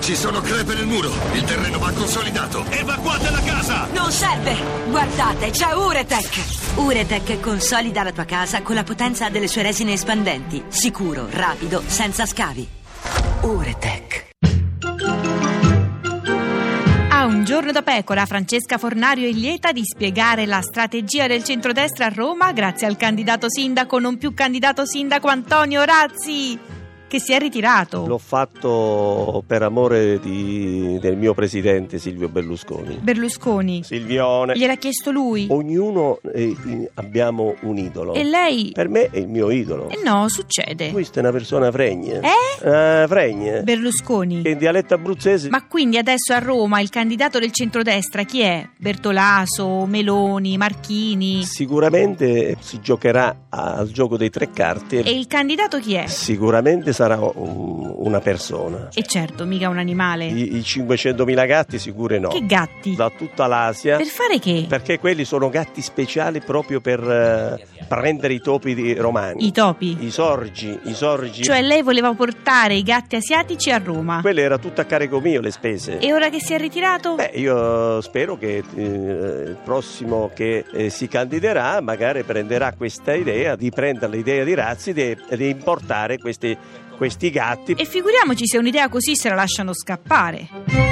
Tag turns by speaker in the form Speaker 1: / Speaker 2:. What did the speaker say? Speaker 1: Ci sono crepe nel muro. Il terreno va consolidato. Evacuate la casa!
Speaker 2: Non serve! Guardate, c'è Uretech! Uretech consolida la tua casa con la potenza delle sue resine espandenti. Sicuro, rapido, senza scavi. Uretech.
Speaker 3: A un giorno da pecora, Francesca Fornario è lieta di spiegare la strategia del centrodestra a Roma grazie al candidato sindaco, non più candidato sindaco Antonio Razzi, che si è ritirato.
Speaker 4: L'ho fatto per amore di- del mio presidente Silvio Berlusconi.
Speaker 3: Berlusconi,
Speaker 4: Silvione,
Speaker 3: gliel'ha chiesto lui.
Speaker 4: Oh, ognuno eh, in- abbiamo un idolo.
Speaker 3: E lei?
Speaker 4: Per me è il mio idolo.
Speaker 3: Eh no, succede.
Speaker 4: Questa è una persona fregne.
Speaker 3: Eh?
Speaker 4: Eh, fregne.
Speaker 3: Berlusconi.
Speaker 4: Che in dialetto abruzzese
Speaker 3: Ma quindi adesso a Roma il candidato del centrodestra chi è? Bertolaso, Meloni, Marchini?
Speaker 4: sicuramente si giocherà al gioco dei tre carte.
Speaker 3: E il candidato chi è?
Speaker 4: Sicuramente sarà un- una persona.
Speaker 3: E certo, mica un animale.
Speaker 4: I, i 500.000 gatti sicure no.
Speaker 3: Che gatti?
Speaker 4: Da tutta l'Asia.
Speaker 3: Per fare che?
Speaker 4: Perché quelli sono gatti speciali proprio per eh, prendere i topi di- romani.
Speaker 3: I topi.
Speaker 4: I sorgi, i sorgi.
Speaker 3: Cioè lei voleva portare i gatti asiatici a Roma.
Speaker 4: Quelle era tutto a carico mio le spese.
Speaker 3: E ora che si è ritirato?
Speaker 4: Beh, io spero che eh, il prossimo che eh, si candiderà magari prenderà questa idea di prendere l'idea di Razzi di, di importare questi, questi gatti.
Speaker 3: E figuriamoci se un'idea così se la lasciano scappare.